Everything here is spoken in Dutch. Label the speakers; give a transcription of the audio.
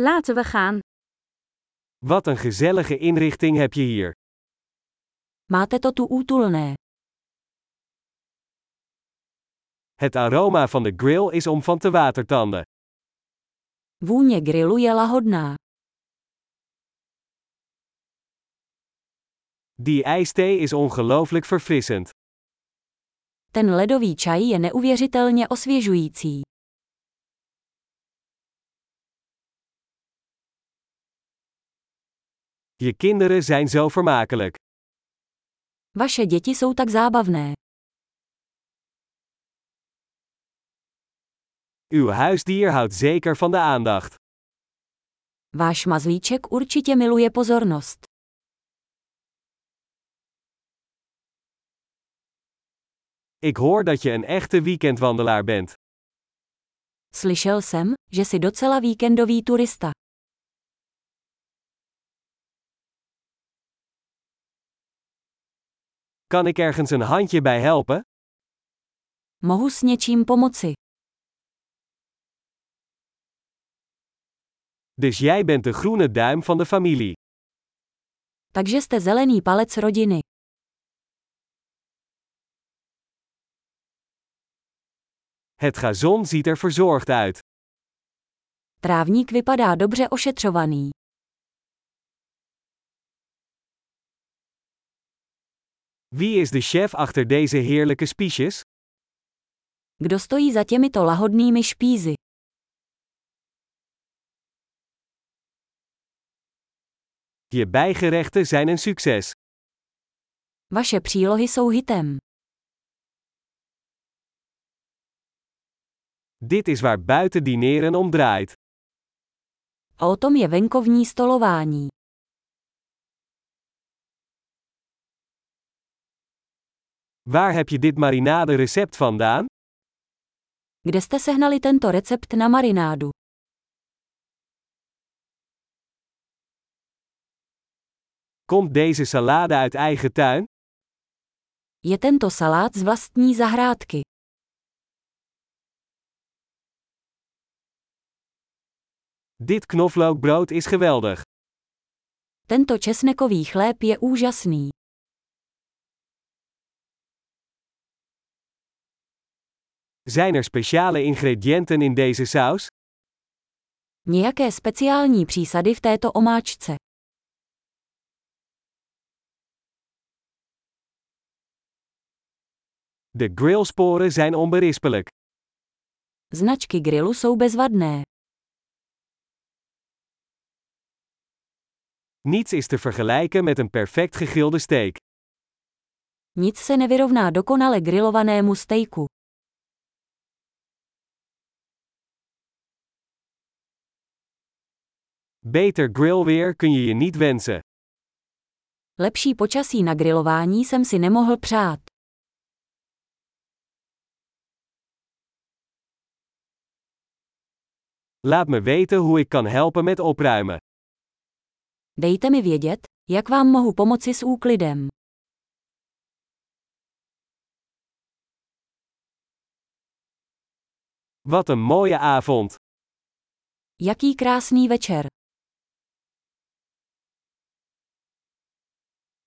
Speaker 1: Laten we gaan.
Speaker 2: Wat een gezellige inrichting heb je hier.
Speaker 3: Máte to tu útulné.
Speaker 2: Het aroma van de grill is om van te watertanden.
Speaker 3: Vůně grilu je lahodná.
Speaker 2: Die ijsthee is ongelooflijk verfrissend.
Speaker 3: Ten ledový čaj je neuvěřitelně osvěžující.
Speaker 2: Je kinderen zijn zo vermakelijk.
Speaker 3: Vaše děti jsou tak zábavné.
Speaker 2: Uw huisdier houdt zeker van de aandacht.
Speaker 3: Váš mazlíček určitě miluje pozornost.
Speaker 2: Ik hoor dat je een echte weekendwandelaar bent.
Speaker 3: Slyšel jsem, že jsi docela víkendový turista.
Speaker 2: Kan ik ergens een handje bij helpen?
Speaker 3: Mohu s něčím pomoci.
Speaker 2: Dus jij bent de groene duim van de familie.
Speaker 3: Takže jste zelený palec rodiny.
Speaker 2: Het gazon ziet er verzorgd uit.
Speaker 3: Trávník vypadá dobře ošetřovaný.
Speaker 2: Wie is de chef achter deze heerlijke spiesjes?
Speaker 3: Kdo stojí za těmito lahodnými špízy?
Speaker 2: Je bijgerechten zijn een succes.
Speaker 3: Vaše přílohy jsou hitem.
Speaker 2: Dit is waar buiten dineren om draait.
Speaker 3: A o tom je venkovní stolování.
Speaker 2: Waar heb je dit marinade recept vandaan?
Speaker 3: Kde jste sehnali tento recept na marinádu?
Speaker 2: Komt deze salade uit eigen tuin?
Speaker 3: Je tento salát z vlastní zahrádky.
Speaker 2: Dit knoflookbrood is geweldig.
Speaker 3: Tento česnekový chléb je úžasný.
Speaker 2: Zijn er speciale ingrediënten in deze saus?
Speaker 3: Nějaké speciální přísady v této omáčce.
Speaker 2: De grillsporen zijn onberispelijk.
Speaker 3: Značky grilu jsou bezvadné.
Speaker 2: Niets is te vergelijken met een perfect gegrilde steak.
Speaker 3: Nic se nevyrovná dokonale grilovanému stejku.
Speaker 2: Beter grillweer kun je je niet wensen.
Speaker 3: Lepší počasí na grilování jsem si nemohl přát.
Speaker 2: Laat me weten hoe ik kan helpen met opruimen.
Speaker 3: Dejte mi vědět, jak vám mohu pomoci s úklidem.
Speaker 2: Wat een mooie avond!
Speaker 3: Jaký krásný večer.